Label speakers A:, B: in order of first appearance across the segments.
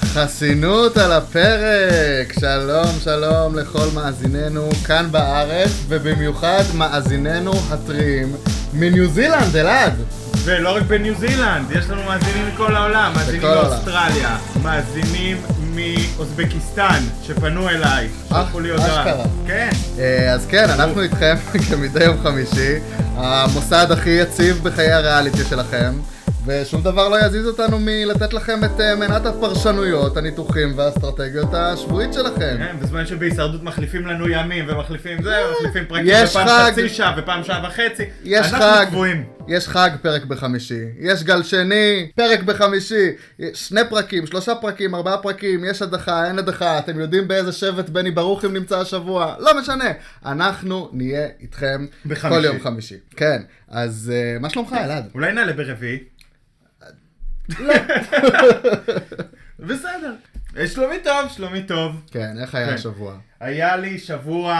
A: חסינות על הפרק! שלום, שלום לכל מאזיננו כאן בארץ, ובמיוחד מאזיננו הטריים מניו זילנד, אלעד!
B: ולא רק בניו זילנד, יש לנו מאזינים מכל העולם, מאזינים
A: בכל העולם.
B: מאוסטרליה, מאזינים מאוזבקיסטן, שפנו אליי,
A: אה,
B: שלחו לי הודעה.
A: אשכרה.
B: כן,
A: אה, אז כן, אנחנו איתכם כמדי יום חמישי, המוסד הכי יציב בחיי הריאליטי שלכם, ושום דבר לא יזיז אותנו מלתת לכם את אה, מנת הפרשנויות, הניתוחים והאסטרטגיות השבועית שלכם.
B: כן, בזמן שבהישרדות מחליפים לנו ימים, ומחליפים זה, ומחליפים פרקים,
A: אה, יש
B: ופעם
A: חג.
B: חצי שעה, ופעם שעה וחצי.
A: יש חג,
B: אנחנו קבועים.
A: יש חג פרק בחמישי, יש גל שני, פרק בחמישי, שני פרקים, שלושה פרקים, ארבעה פרקים, יש הדחה, אין הדחה, אתם יודעים באיזה שבט בני ברוכים נמצא השבוע, לא משנה, אנחנו נהיה איתכם
B: בחמישי. כן.
A: כל יום חמישי. כן, אז אה, מה שלומך אלעד?
B: אולי נעלה ברביעי? לא. בסדר. שלומי טוב, שלומי טוב.
A: כן, איך היה
B: כן.
A: השבוע?
B: היה לי שבוע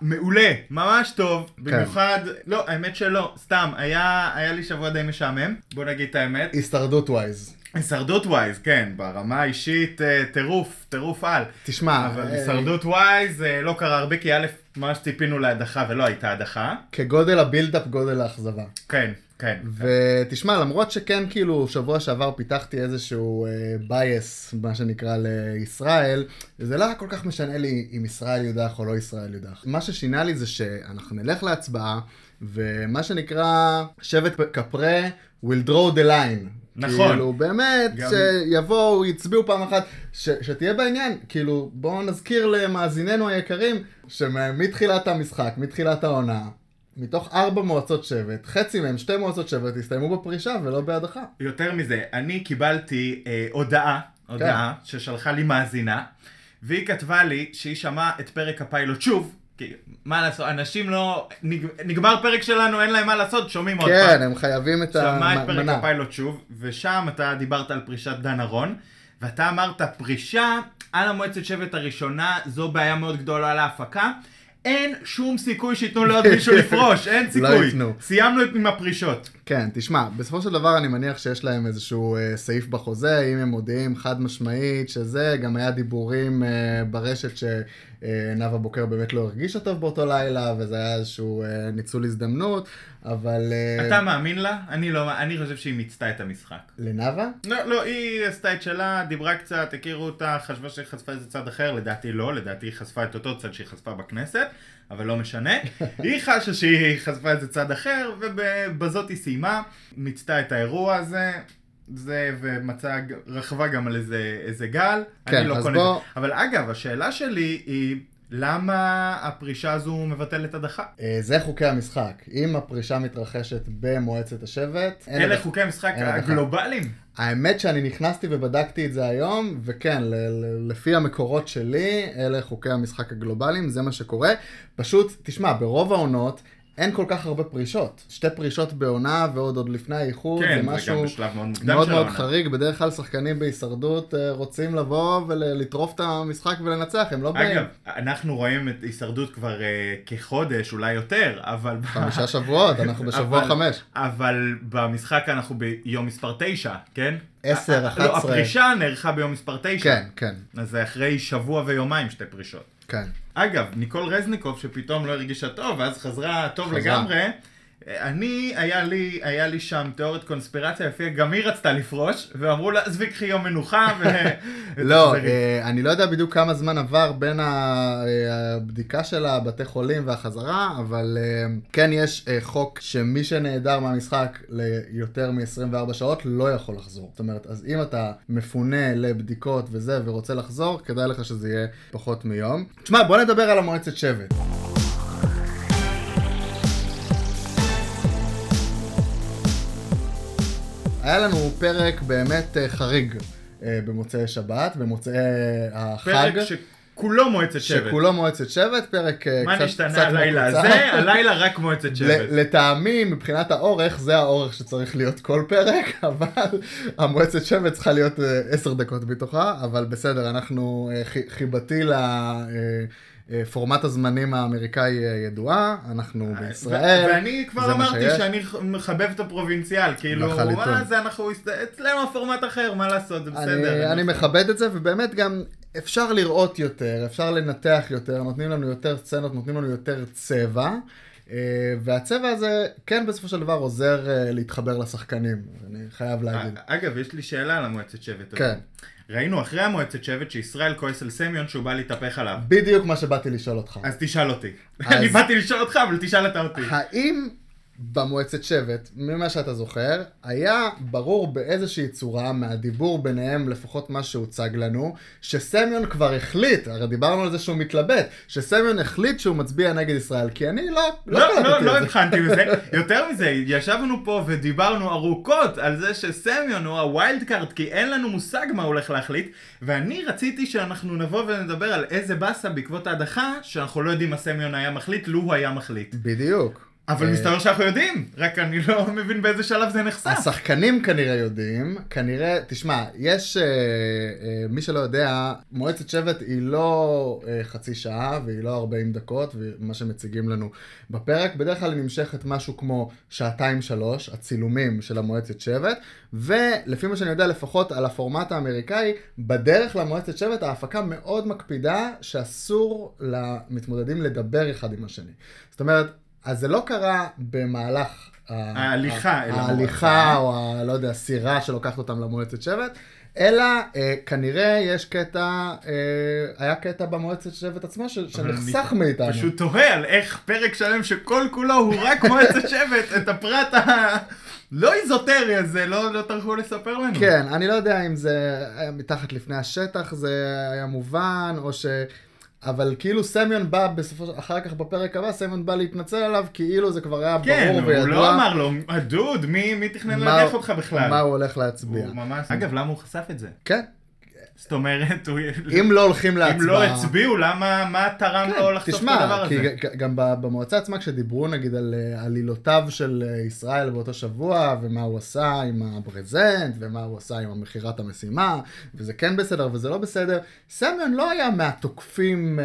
B: מעולה, ממש טוב, במיוחד, לא, האמת שלא, סתם, היה, היה לי שבוע די משעמם, בוא נגיד את האמת.
A: הישרדות ווייז.
B: הישרדות ווייז, כן, ברמה האישית, אה, טירוף, טירוף על.
A: תשמע,
B: אבל
A: אה,
B: הישרדות ווייז אה, לא קרה הרבה, כי א', ממש ציפינו להדחה ולא הייתה הדחה.
A: כגודל הבילדאפ גודל האכזבה.
B: כן, כן.
A: ותשמע, למרות שכן, כאילו, שבוע שעבר פיתחתי איזשהו בייס, מה שנקרא, לישראל, זה לא היה כל כך משנה לי אם ישראל יודח או לא ישראל יודח. מה ששינה לי זה שאנחנו נלך להצבעה, ומה שנקרא, שבט כפרה will draw the line.
B: נכון.
A: כאילו, באמת,
B: גם-
A: שיבואו, יצביעו פעם אחת, ש, שתהיה בעניין. כאילו, בואו נזכיר למאזיננו היקרים, שמתחילת המשחק, מתחילת העונה, מתוך ארבע מועצות שבט, חצי מהם, שתי מועצות שבט, הסתיימו בפרישה ולא בהדחה.
B: יותר מזה, אני קיבלתי אה, הודעה,
A: כן.
B: הודעה, ששלחה לי מאזינה, והיא כתבה לי שהיא שמעה את פרק הפיילוט שוב, כי מה לעשות, אנשים לא... נג, נגמר פרק שלנו, אין להם מה לעשות, שומעים עוד פעם.
A: כן, הם חייבים את
B: שמעה את פרק
A: המנה.
B: הפיילוט שוב, ושם אתה דיברת על פרישת דן ארון, ואתה אמרת, פרישה על המועצת שבט הראשונה, זו בעיה מאוד גדולה להפקה. אין שום סיכוי שייתנו לעוד מישהו לפרוש, אין
A: לא
B: סיכוי.
A: ייתנו.
B: סיימנו את- עם הפרישות.
A: כן, תשמע, בסופו של דבר אני מניח שיש להם איזשהו אה, סעיף בחוזה, אם הם מודיעים חד משמעית שזה, גם היה דיבורים אה, ברשת שנאוה בוקר באמת לא הרגישה טוב באותו לילה, וזה היה איזשהו אה, ניצול הזדמנות, אבל... אה,
B: אתה מאמין לה? אני לא, מא- אני חושב שהיא מיצתה את המשחק.
A: לנאוה?
B: לא, לא, היא עשתה את שלה, דיברה קצת, הכירו אותה, חשבה שהיא חשפה איזה צד אחר, לדעתי לא, לדעתי היא חשפה את אותו צד שהיא חשפה בכנסת, אבל לא משנה. היא חשה שהיא חשפה איזה צד אחר, ובזאת היא סיימה, מיצתה את האירוע הזה, זה, ומצאה, ג- רכבה גם על איזה, איזה גל.
A: כן,
B: אני לא
A: אז
B: קונה את
A: בוא-
B: זה. אבל אגב, השאלה שלי היא, למה הפרישה הזו מבטלת הדחה?
A: אה, זה חוקי המשחק. אם הפרישה מתרחשת במועצת השבט, אין
B: אלה
A: הדחה.
B: חוקי המשחק
A: אין הדחה.
B: הגלובליים.
A: האמת שאני נכנסתי ובדקתי את זה היום, וכן, ל- ל- לפי המקורות שלי, אלה חוקי המשחק הגלובליים, זה מה שקורה. פשוט, תשמע, ברוב העונות אין כל כך הרבה פרישות. שתי פרישות בעונה ועוד עוד לפני האיחוד,
B: כן,
A: זה
B: זה
A: משהו
B: גם בשלב מאוד מוקדם
A: מאוד
B: של
A: מאוד
B: העונה.
A: חריג. בדרך כלל שחקנים בהישרדות אה, רוצים לבוא ולטרוף את המשחק ולנצח, הם לא באים.
B: אגב, אנחנו רואים את הישרדות כבר אה, כחודש, אולי יותר, אבל... ב-
A: חמישה שבועות, אנחנו בשבוע
B: אבל-
A: חמש.
B: אבל במשחק אנחנו ביום מספר 9, כן?
A: עשר,
B: אה, אה, לא,
A: 11.
B: הפרישה נערכה ביום מספר 9.
A: כן, כן,
B: אז זה אחרי שבוע ויומיים שתי פרישות.
A: כן.
B: אגב, ניקול רזניקוב שפתאום לא הרגישה טוב, ואז חזרה טוב
A: חזרה.
B: לגמרי. אה, אני, היה לי, היה לי שם תיאוריית קונספירציה, לפי גם היא רצתה לפרוש, ואמרו לה, עזבי קחי יום מנוחה, ו...
A: לא,
B: ותחזרי."
A: אה, אני לא יודע בדיוק כמה זמן עבר בין ה- אה, הבדיקה של הבתי חולים והחזרה, אבל אה, כן יש אה, חוק שמי שנעדר מהמשחק ליותר מ-24 שעות לא יכול לחזור. זאת אומרת, אז אם אתה מפונה לבדיקות וזה ורוצה לחזור, כדאי לך שזה יהיה פחות מיום. תשמע, בוא נדבר על המועצת שבט. היה לנו פרק באמת אה, חריג אה, במוצאי שבת, במוצאי אה, החג.
B: פרק שכולו מועצת שבט.
A: שכולו מועצת שבט, פרק אה,
B: מה
A: קצת
B: נשתנה
A: קצת
B: הלילה
A: מקוצר.
B: הזה? הלילה רק מועצת שבט.
A: ל- לטעמי, מבחינת האורך, זה האורך שצריך להיות כל פרק, אבל המועצת שבט צריכה להיות אה, עשר דקות בתוכה, אבל בסדר, אנחנו, אה, חי- חיבתי ל... אה, אה, פורמט הזמנים האמריקאי אה, ידוע, אנחנו בישראל.
B: אה, ו- ואני כבר
A: זה מה
B: אמרתי
A: שיש.
B: שאני ח- מחבב את הפרובינציאל, כאילו,
A: לחלוטין.
B: וואלה, זה אנחנו, הסת- אצלם הפורמט אחר, מה לעשות, זה
A: אני,
B: בסדר.
A: אני מכבד את זה, ובאמת גם אפשר לראות יותר, אפשר לנתח יותר, נותנים לנו יותר סצנות, נותנים לנו יותר צבע. אה, והצבע הזה כן בסופו של דבר עוזר אה, להתחבר לשחקנים, אני חייב להגיד.
B: אה, אגב, יש לי שאלה על המועצת שבט הזאת.
A: כן.
B: ראינו אחרי המועצת שבט שישראל כועס על סמיון שהוא בא להתהפך עליו.
A: בדיוק מה שבאתי לשאול אותך.
B: אז תשאל אותי.
A: אז-
B: אני באתי לשאול אותך, אבל תשאל אתה אותי.
A: האם במועצת שבט, ממה שאתה זוכר, היה ברור באיזושהי צורה, מהדיבור ביניהם, לפחות מה שהוצג לנו, שסמיון כבר החליט, הרי דיברנו על זה שהוא מתלבט, שסמיון החליט שהוא מצביע נגד ישראל, כי אני לא, לא
B: לא,
A: קלטתי
B: לא,
A: את
B: לא
A: זה.
B: הבחנתי בזה. יותר מזה, ישבנו פה ודיברנו ארוכות על זה שסמיון הוא הווילד קארד, כי אין לנו מושג מה הוא הולך להחליט, ואני רציתי שאנחנו נבוא ונדבר על איזה באסה בעקבות ההדחה, שאנחנו לא יודעים מה סמיון היה מחליט, לו הוא היה מחליט.
A: בדיוק.
B: אבל
A: אה,
B: מסתבר שאנחנו יודעים, רק אני לא מבין באיזה שלב זה נחשף.
A: השחקנים כנראה יודעים, כנראה, תשמע, יש, אה, אה, מי שלא יודע, מועצת שבט היא לא אה, חצי שעה והיא לא 40 דקות, ומה שמציגים לנו בפרק, בדרך כלל היא נמשכת משהו כמו שעתיים-שלוש, הצילומים של המועצת שבט, ולפי מה שאני יודע, לפחות על הפורמט האמריקאי, בדרך למועצת שבט ההפקה מאוד מקפידה שאסור למתמודדים לדבר אחד עם השני. זאת אומרת, אז זה לא קרה במהלך... ה-
B: ההליכה אל
A: ההליכה, או ה- לא יודע, הסירה שלוקחת אותם למועצת שבט, אלא אה, כנראה יש קטע, אה, היה קטע במועצת שבט עצמה ש- שנחסך
B: אני
A: מאיתנו.
B: פשוט תוהה על איך פרק שלם שכל כולו הוא רק מועצת שבט, את הפרט ה... לא איזוטרי הזה, לא, לא טרחו לספר לנו.
A: כן, אני לא יודע אם זה היה מתחת לפני השטח, זה היה מובן, או ש... אבל כאילו סמיון בא בסופו של... אחר כך בפרק הבא, סמיון בא להתנצל עליו, כאילו זה כבר היה
B: כן,
A: ברור
B: הוא
A: וידוע.
B: לא אמר לו, הדוד, מי, מי תכנן
A: מה-
B: להדיח אותך בכלל?
A: מה הוא הולך
B: הוא
A: להצביע.
B: ממש... אגב, למה הוא חשף את זה?
A: כן,
B: זאת אומרת, הוא...
A: אם לא הולכים להצבעה...
B: אם לא הצביעו, למה, מה תרם לו לא לחשוף את הדבר הזה?
A: כן, תשמע, כי ג- גם ב- במועצה עצמה, כשדיברו נגיד על אה, עלילותיו של אה, ישראל באותו שבוע, ומה הוא עשה עם הברזנט, ומה הוא עשה עם המכירת המשימה, וזה כן בסדר וזה לא בסדר, סמיון לא היה מהתוקפים אה,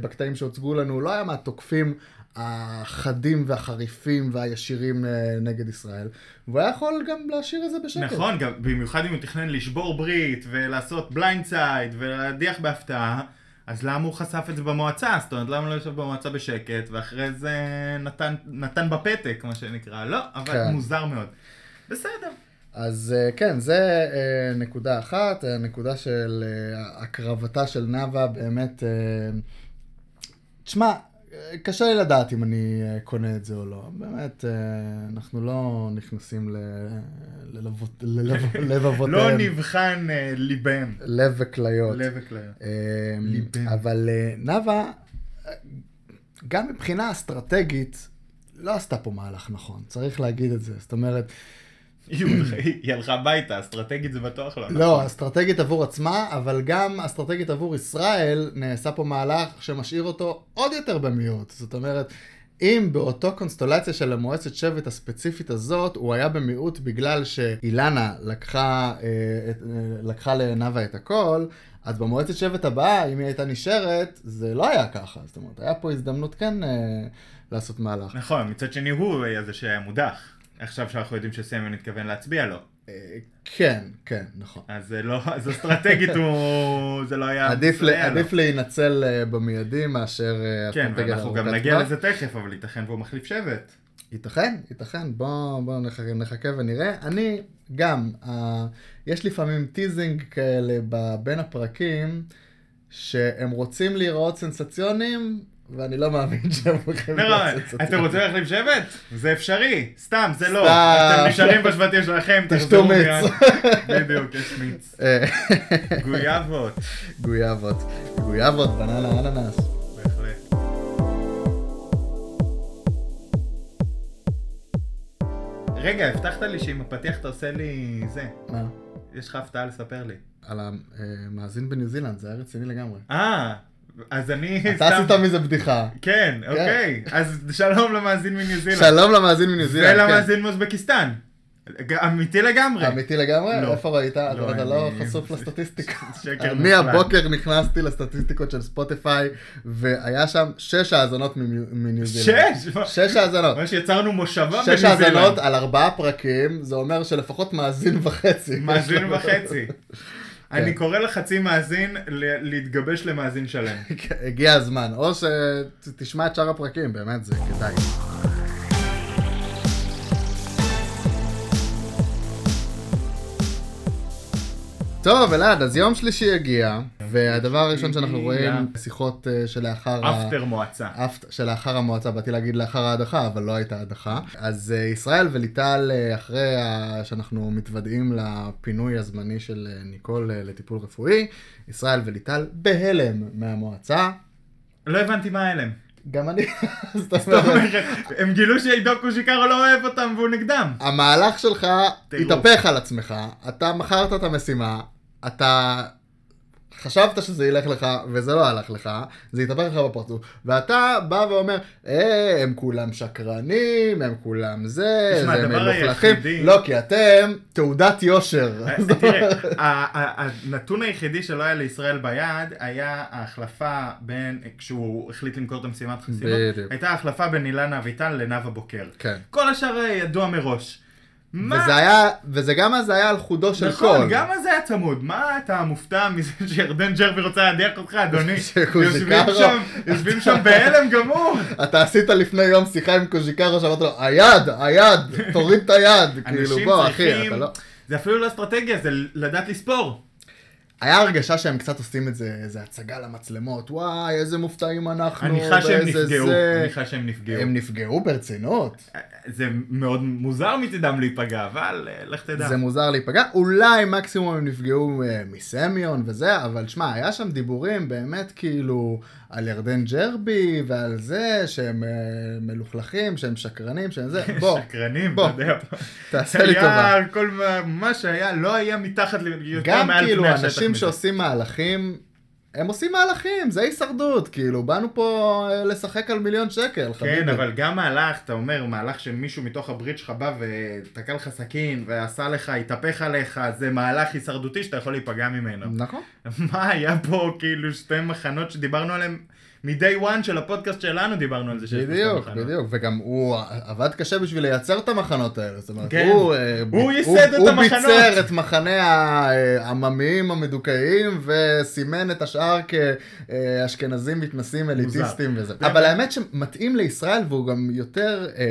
A: בקטעים שהוצגו לנו, הוא לא היה מהתוקפים החדים והחריפים והישירים אה, נגד ישראל, והוא היה יכול גם להשאיר את זה בשקט.
B: נכון, גם במיוחד אם הוא תכנן לשבור ברית ולעשות בליינד סייד ולהדיח בהפתעה, אז למה הוא חשף את זה במועצה? זאת אומרת, למה לא יושב במועצה בשקט, ואחרי זה נתן, נתן בפתק, מה שנקרא. לא, אבל
A: כן.
B: כן. מוזר מאוד. בסדר.
A: אז אה, כן, זה אה, נקודה אחת, אה, נקודה של אה, הקרבתה של נאוה, באמת, אה, תשמע, אה, קשה לי לדעת אם אני אה, קונה את זה או לא. באמת, אה, אנחנו לא נכנסים ל- ללבות- ללב-
B: לא
A: לבבותיהם,
B: נבחן אה, ליבם.
A: לב וכליות.
B: לב וכליות.
A: אה,
B: ליבנו.
A: אבל אה, נאוה, אה, גם מבחינה אסטרטגית, לא עשתה פה מהלך נכון, צריך להגיד את זה. זאת אומרת,
B: יו, היא הלכה הביתה, אסטרטגית זה בטוח לא. נכון.
A: לא, אסטרטגית עבור עצמה, אבל גם אסטרטגית עבור ישראל, נעשה פה מהלך שמשאיר אותו עוד יותר במיעוט. זאת אומרת, אם באותו קונסטולציה של המועצת שבט הספציפית הזאת, הוא היה במיעוט בגלל שאילנה לקחה, אה, את, אה, לקחה לעיניו את הכל, אז במועצת שבט הבאה, אם היא הייתה נשארת, זה לא היה ככה. זאת אומרת, היה פה הזדמנות כן אה, לעשות מהלך.
B: נכון, מצד שני הוא היה זה שהיה מודח. עכשיו שאנחנו יודעים שסמיון התכוון להצביע לו.
A: אה, כן, כן, נכון.
B: אז זה לא, אז אסטרטגית הוא, זה לא היה...
A: עדיף, ל-
B: מסייע לו.
A: עדיף להינצל אה, במיידי מאשר אה,
B: כן,
A: אסטרטגיה
B: ואנחנו גם
A: ארוכת
B: נגיע
A: טווח.
B: לזה תכף, אבל ייתכן והוא מחליף שבט.
A: ייתכן, ייתכן, בואו בוא נחכה, נחכה ונראה. אני גם, uh, יש לפעמים טיזינג כאלה ב- בין הפרקים, שהם רוצים להיראות סנסציונים, ואני לא מאמין שהם הולכים
B: נראה,
A: להיראות
B: אתם רוצים להחליף שבט? זה אפשרי, סתם, זה לא.
A: סתם.
B: אתם נשארים בשבטים שלכם,
A: תשתו
B: תחזרו
A: מיץ.
B: מיד. בדיוק, יש מיץ.
A: אה,
B: גויאבות,
A: גויאבות, גויאבות, בננה אננס.
B: בהחלט. רגע, הבטחת לי שעם הפתיח אתה עושה לי זה.
A: מה?
B: יש לך הפתעה לספר לי.
A: על המאזין בניו זילנד, זה היה רציני לגמרי.
B: אה, אז אני
A: אתה עשית מזה בדיחה.
B: כן, אוקיי. אז שלום למאזין מניו זילנד.
A: שלום למאזין מניו זילנד. כן.
B: ולמאזין מאוזבקיסטן. אמיתי לגמרי.
A: אה, אמיתי לגמרי?
B: לא.
A: איפה ראית? אתה-
B: לא,
A: אתה לא
B: אני-
A: חשוף לסטטיסטיקה. אה,
B: שקר
A: מהבוקר נכנסתי לסטטיסטיקות של ספוטיפיי, והיה שם שש האזנות מניו מניו זילנד.
B: שש?
A: שש האזנות.
B: ממש יצרנו מושבה
A: שש
B: בניו זילנד.
A: האזנות על ארבעה פרקים, זה אומר שלפחות מאזין וחצי.
B: מאזין וחצי.
A: כן.
B: אני קורא לחצי מאזין ל- להתגבש למאזין שלם.
A: הגיע הזמן, או שתשמע את שאר הפרקים, באמת זה כדאי. טוב, אלעד, אז יום שלישי הגיע, והדבר הראשון שאנחנו
B: הגיע.
A: רואים, שיחות אה, שלאחר... ה-
B: אפטר מועצה.
A: אף שלאחר המועצה, באתי להגיד לאחר ההדחה, אבל לא הייתה הדחה. אז אה, ישראל וליטל, אה, אחרי ה- שאנחנו מתוודעים לפינוי הזמני של אה, ניקול אה, לטיפול רפואי, ישראל וליטל בהלם מהמועצה.
B: לא הבנתי מה ההלם.
A: גם אני, זאת
B: זאת
A: אומרת,
B: אומרת, הם גילו שעידו קושיקרו לא אוהב אותם והוא נגדם.
A: המהלך שלך
B: טירוף.
A: התהפך על עצמך, אתה מכרת את המשימה, אתה חשבת שזה ילך לך, וזה לא הלך לך, זה התהפך לך בפרצוף, ואתה בא ואומר, אה, הם כולם שקרנים, הם כולם זה,
B: תשמע,
A: זה הם
B: הדבר
A: מלוכלכים,
B: היחידי- אה,
A: לא, כי אתם תעודת יושר.
B: תראה, ה- ה- הנתון היחידי שלא היה לישראל ביד היה ההחלפה בין, כשהוא החליט למכור את המשימת חסינות,
A: בדיוק.
B: הייתה החלפה בין אילנה אביטל לנאוה בוקר.
A: כן.
B: כל השאר היה ידוע מראש. מה?
A: וזה היה, וזה גם אז היה על חודו של קול.
B: נכון, גם אז היה צמוד. מה אתה מופתע מזה שירדן ג'רבי רוצה להדיח אותך, אדוני?
A: שקוז'יקרו.
B: יושבים שם- יושבים שם בהלם גמור.
A: אתה עשית לפני יום שיחה עם קוז'יקרו, שאמרת לו, היד, היד, תוריד את היד, כאילו,
B: אנשים
A: בוא, אחי,
B: צריכים...
A: אתה לא...
B: זה אפילו לא אסטרטגיה, זה לדעת לספור.
A: היה הרגשה שהם קצת עושים את זה, איזה הצגה למצלמות, וואי, איזה מופתעים אנחנו,
B: אני חש שהם
A: ואיזה
B: נפגעו.
A: זה."
B: אני חש שהם נפגעו.
A: הם נפגעו ברצינות.
B: זה מאוד מוזר מצידם להיפגע, אבל אה, לך תדע.
A: זה מוזר להיפגע. אולי מקסימום הם נפגעו אה, מסמיון וזה, אבל שמע, היה שם דיבורים באמת כאילו על ירדן ג'רבי ועל זה שהם אה, מלוכלכים, שהם שקרנים, שהם זה. בוא,
B: שקרנים,
A: בוא.
B: אתה יודע.
A: תעשה לי טובה.
B: היה כל מה- מה שהיה, לא היה מתחת, ל- יותר
A: גם
B: מעל פני השטח.
A: כאילו אנשים
B: מזה.
A: שעושים מהלכים, הם עושים מהלכים, זה הישרדות, כאילו, באנו פה אה, לשחק על מיליון שקל, חביבי.
B: כן, אבל גם מהלך, אתה אומר, מהלך שמישהו מתוך הברית שלך בא ותקע לך סכין, ועשה לך, התהפך עליך, זה מהלך הישרדותי שאתה יכול להיפגע ממנו.
A: נכון.
B: מה היה פה, כאילו, שתי מחנות שדיברנו עליהם מ-day one של הפודקאסט שלנו, דיברנו על זה שיש פה שתי
A: בדיוק,
B: מחנות.
A: בדיוק, וגם הוא עבד קשה בשביל לייצר את המחנות האלה, זאת אומרת,
B: כן.
A: הוא, אה, ב-
B: הוא ייסד את
A: הוא
B: המחנות.
A: ביצר את מחנה העממיים המדוכאים, וסימן את השאר כאשכנזים מתנסים אליטיסטים וזה.
B: זה-
A: אבל האמת שמתאים לישראל, והוא גם יותר אה,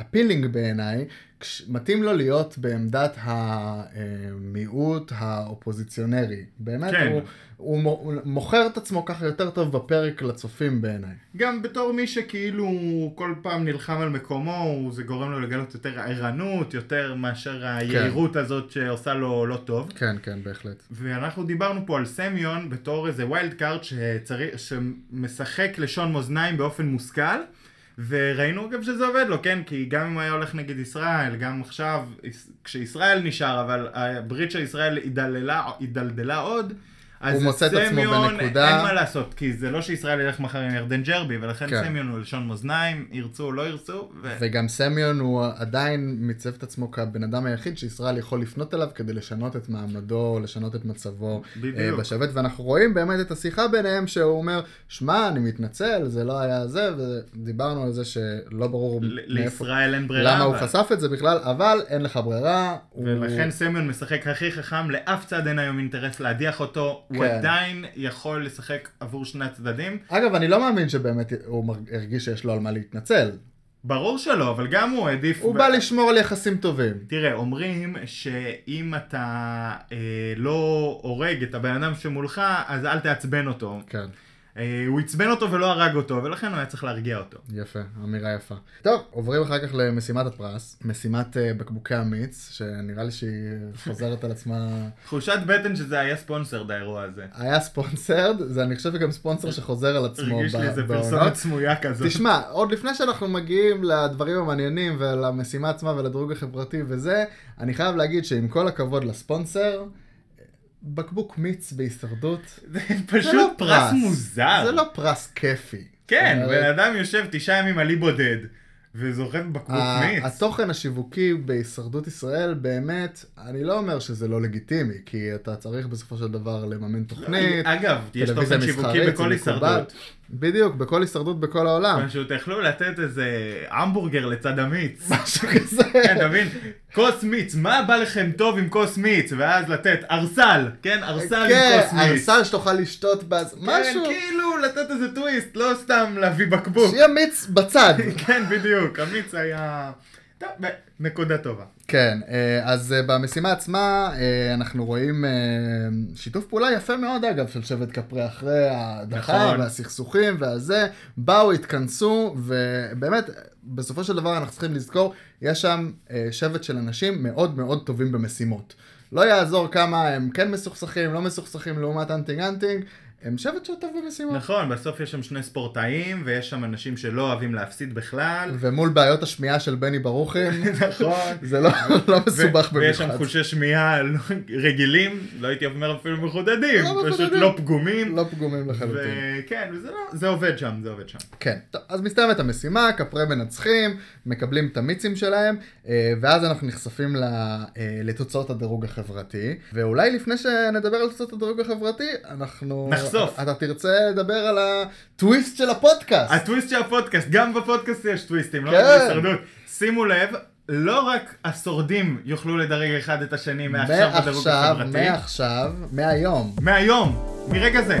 A: אפילינג בעיניי, כש- מתאים לו להיות בעמדת המיעוט האופוזיציונרי. באמת,
B: כן.
A: הוא- הוא מו- הוא מוכר את עצמו ככה יותר טוב בפרק לצופים בעיניי.
B: גם בתור מי שכאילו כל פעם נלחם על מקומו, הוא- זה גורם לו לגלות יותר ערנות, יותר מאשר היהירות הזאת שעושה לו לא טוב.
A: כן, כן, בהחלט.
B: ואנחנו דיברנו פה על סמיון בתור איזה ווילד קארד שצריך, שמשחק לשון מאזניים באופן מושכל. וראינו אגב שזה עובד לו, כן? כי גם אם היה הולך נגד ישראל, גם עכשיו, יש- כשישראל נשאר, אבל הברית של ישראל הידללה, הידלדלה עוד, אז
A: הוא מוצא את עצמו
B: סמיון,
A: בנקודה.
B: אין מה לעשות, כי זה לא שישראל ילך מחר עם ירדן ג'רבי, ולכן
A: כן.
B: סמיון הוא לשון מאזניים, ירצו או לא ירצו, ו...
A: וגם סמיון הוא עדיין מצב את עצמו כבן אדם היחיד שישראל יכול לפנות אליו כדי לשנות את מעמדו, לשנות את מצבו
B: בדיוק.
A: אה, בשבט, ואנחנו רואים באמת את השיחה ביניהם שהוא אומר, שמע, אני מתנצל, זה לא היה זה, ודיברנו על זה שלא ברור
B: ל-
A: מאיפה,
B: לישראל אין ברירה.
A: למה הוא
B: אבל-
A: חשף את זה בכלל, אבל אין לך ברירה. הוא-
B: ולכן סמיון משחק הכי חכם, לאף צד אין היום אינטרס להדיח אותו, הוא
A: כן.
B: עדיין יכול לשחק עבור שני הצדדים.
A: אגב, אני לא מאמין שבאמת הוא מרג- הרגיש שיש לו על מה להתנצל.
B: ברור שלא, אבל גם הוא העדיף...
A: הוא בא לשמור על יחסים טובים.
B: תראה, אומרים שאם אתה אה, לא הורג את הבן אדם שמולך, אז אל תעצבן אותו.
A: כן.
B: אה, הוא עצבן אותו ולא הרג אותו, ולכן הוא היה צריך להרגיע אותו.
A: יפה, אמירה יפה. טוב, עוברים אחר כך למשימת הפרס, משימת אה, בקבוקי המיץ, שנראה לי שהיא חוזרת על עצמה.
B: תחושת בטן שזה היה ספונסר האירוע הזה.
A: היה ספונסרד, זה אני חושב שגם ספונסר שחוזר על עצמו
B: הרגיש לי
A: ב-
B: איזה
A: בעונות.
B: פרסומת סמויה כזאת.
A: תשמע, עוד לפני שאנחנו מגיעים לדברים המעניינים ולמשימה עצמה ולדרוג החברתי וזה, אני חייב להגיד שעם כל הכבוד לספונסר, בקבוק מיץ בהישרדות,
B: זה
A: זה לא
B: פשוט פרס מוזר.
A: זה לא פרס כיפי.
B: כן,
A: אבל-
B: בן אדם יושב תשעה ימים על אי בודד, וזורק בקבוק
A: ה-
B: מיץ.
A: התוכן השיווקי בהישרדות ישראל, באמת, אני לא אומר שזה לא לגיטימי, כי אתה צריך בסופו של דבר לממן תוכנית,
B: אגב, לא, יש
A: טלוויזיה
B: תוכן שיווקי
A: מסחרית, זה
B: בכל
A: מקובל. אה.
B: הישרדות.
A: בדיוק, בכל הישרדות בכל העולם.
B: פשוט יכלו לתת איזה המבורגר לצד המיץ.
A: משהו כזה.
B: כן, אתה מבין? כוס מיץ, מה בא לכם טוב עם כוס מיץ? ואז לתת ארסל, כן? ארסל עם
A: כן,
B: כוס מיץ.
A: הרסל שתוכל לשתות באז, משהו,
B: כן, כאילו לתת איזה טוויסט, לא סתם להביא בקבוק.
A: שיהיה מיץ בצד.
B: כן, בדיוק, המיץ היה... טוב, נקודה טובה.
A: כן, אה, אז אה, במשימה עצמה אה, אנחנו רואים אה, שיתוף פעולה יפה מאוד אגב של שבט כפרי אחרי ההדחה
B: נכון.
A: והסכסוכים והזה, באו, התכנסו ובאמת בסופו של דבר אנחנו צריכים לזכור, יש שם אה, שבט של אנשים מאוד מאוד טובים במשימות. לא יעזור כמה הם כן מסוכסכים, לא מסוכסכים לעומת אנטינג אנטינג, הם שבט שהוא טוב במשימות.
B: נכון, בסוף יש שם שני ספורטאים, ויש שם אנשים שלא אוהבים להפסיד בכלל.
A: ומול בעיות השמיעה של בני ברוכין,
B: נכון.
A: זה לא, לא מסובך
B: ו- ויש שם
A: במיוחד.
B: חושי שמיעה לא- רגילים, לא הייתי אומר אפילו מחודדים,
A: לא
B: פשוט
A: מחודדים.
B: לא פגומים.
A: לא פגומים לחלוטין.
B: וכן, וזה לא- זה עובד שם, זה עובד שם.
A: כן, טוב, אז מסתיימת המשימה, כפרי מנצחים, מקבלים את המיצים שלהם, אה, ואז אנחנו נחשפים ל- אה, לתוצאות הדירוג החברתי. ואולי לפני שנדבר על תוצאות הדירוג החברתי, אנחנו...
B: נחשוף.
A: אתה תרצה לדבר על הטוויסט של הפודקאסט.
B: הטוויסט של הפודקאסט, גם בפודקאסט יש טוויסטים, לא
A: כן.
B: רק בהישרדות. שימו לב, לא רק השורדים יוכלו לדרג אחד את השני מעכשיו בדירוג
A: מעכשיו,
B: החברתי,
A: מעכשיו, מהיום.
B: מהיום, מרגע זה.